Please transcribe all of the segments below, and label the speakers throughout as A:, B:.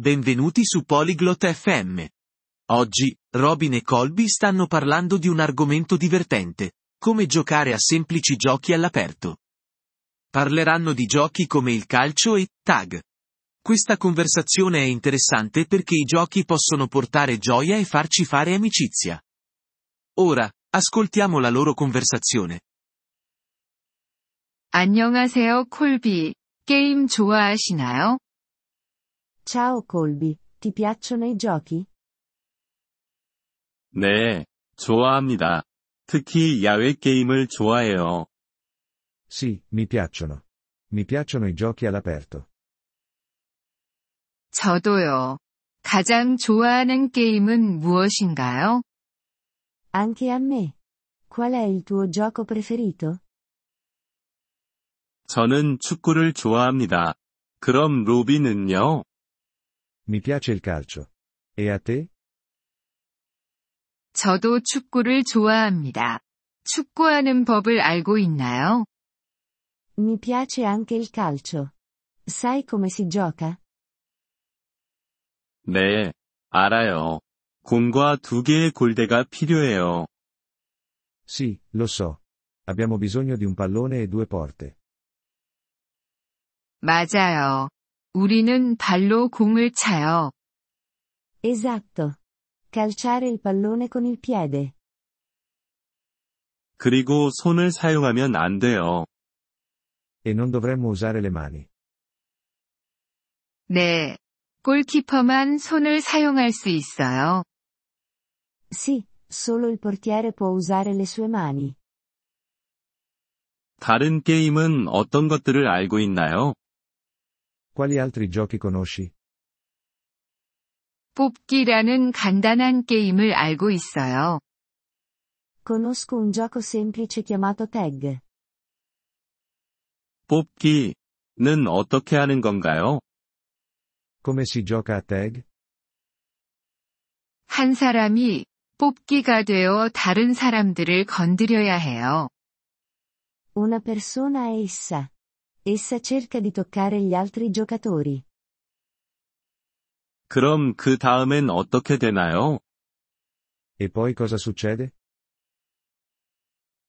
A: Benvenuti su Polyglot FM. Oggi, Robin e Colby stanno parlando di un argomento divertente, come giocare a semplici giochi all'aperto. Parleranno di giochi come il calcio e tag. Questa conversazione è interessante perché i giochi possono portare gioia e farci fare amicizia. Ora, ascoltiamo la loro conversazione.
B: 안녕하세요, 콜비. 게임 좋아하시나요?
C: Ciao Colby, ti piacciono i giochi?
D: 네, 좋아합니다. 특히 야외 게임을 좋아해요.
E: Sì, mi piacciono. Mi piacciono i giochi all'aperto.
B: 저도요. 가장 좋아하는 게임은 무엇인가요?
C: Anche a me. Qual è il tuo gioco preferito?
D: 저는 축구를 좋아합니다. 그럼 로비는요?
E: Mi piace il calcio. E a te?
B: 저도 축구를 좋아합니다. 축구하는 법을 알고 있나요?
C: Mi piace anche il calcio. Sai come si gioca?
D: 네, 알아요. 공과 두 개의 골대가 필요해요.
E: Sì, lo so. Abbiamo bisogno di un pallone e due porte.
B: 맞아요. 우리는 발로 공을 차요.
C: Esatto. Calciare il pallone con il piede.
D: 그리고 손을 사용하면 안 돼요.
E: E non dovremmo usare le mani.
B: 네. 골키퍼만 손을 사용할 수 있어요.
C: Sì, solo il portiere può usare le sue mani.
D: 다른 게임은 어떤 것들을 알고 있나요?
E: Quali altri giochi conosci?
B: 뽑기라는 간단한 게임을 알고 있어요.
C: Conosco un gioco semplice chiamato tag.
D: 뽑기는 어떻게 하는 건가요?
E: Come si gioca a tag?
B: 한 사람이 뽑기가 되어 다른 사람들을 건드려야 해요.
C: Una persona è essa. Essa cerca di toccare gli altri giocatori.
D: 그럼 그 다음엔 어떻게 되나요?
E: E poi cosa succede?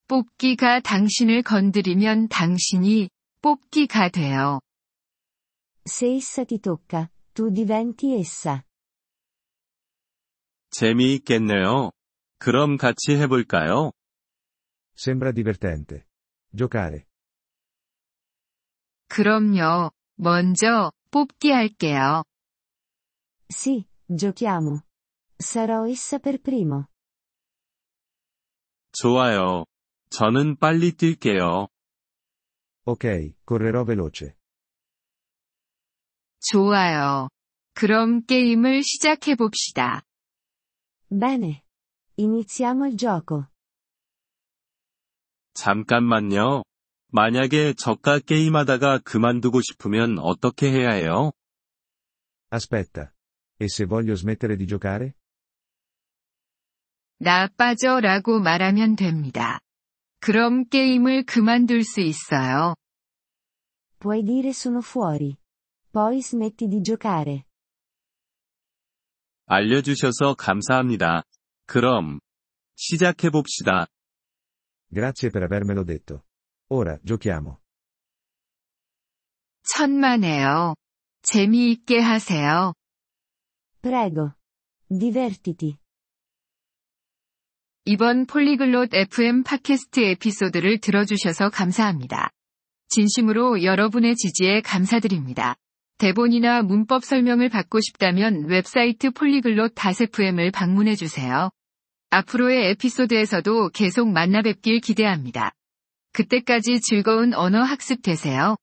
B: 뽑기가 당신을 건드리면 당신이 뽑기가 돼요.
C: Se essa ti tocca, tu diventi essa.
D: 재미있겠네요. 그럼 같이 해볼까요?
E: Sembra divertente. Giocare.
B: 그럼요. 먼저 뽑기 할게요.
C: Sì, giochiamo. Sarò essa per primo.
D: 좋아요. 저는 빨리 뛸게요.
E: Ok, correrò veloce.
B: 좋아요. 그럼 게임을 시작해 봅시다.
C: Bene. Iniziamo il gioco.
D: 잠깐만요. 만약에 저가 게임하다가 그만두고 싶으면 어떻게 해야 해요?
E: Aspetta. E se voglio smettere di giocare?
B: 나 빠져라고 말하면 됩니다. 그럼 게임을 그만둘 수 있어요.
C: Puoi dire sono fuori. Poi smetti di giocare.
D: 알려주셔서 감사합니다. 그럼, 시작해봅시다.
E: Grazie per avermelo detto. Ora, giochiamo.
B: 천만에요. 재미있게 하세요.
C: Prego. Divertiti.
B: 이번 폴리글롯 FM 팟캐스트 에피소드를 들어주셔서 감사합니다. 진심으로 여러분의 지지에 감사드립니다. 대본이나 문법 설명을 받고 싶다면 웹사이트 폴리글롯 FM을 방문해주세요. 앞으로의 에피소드에서도 계속 만나뵙길 기대합니다. 그때까지 즐거운 언어 학습 되세요.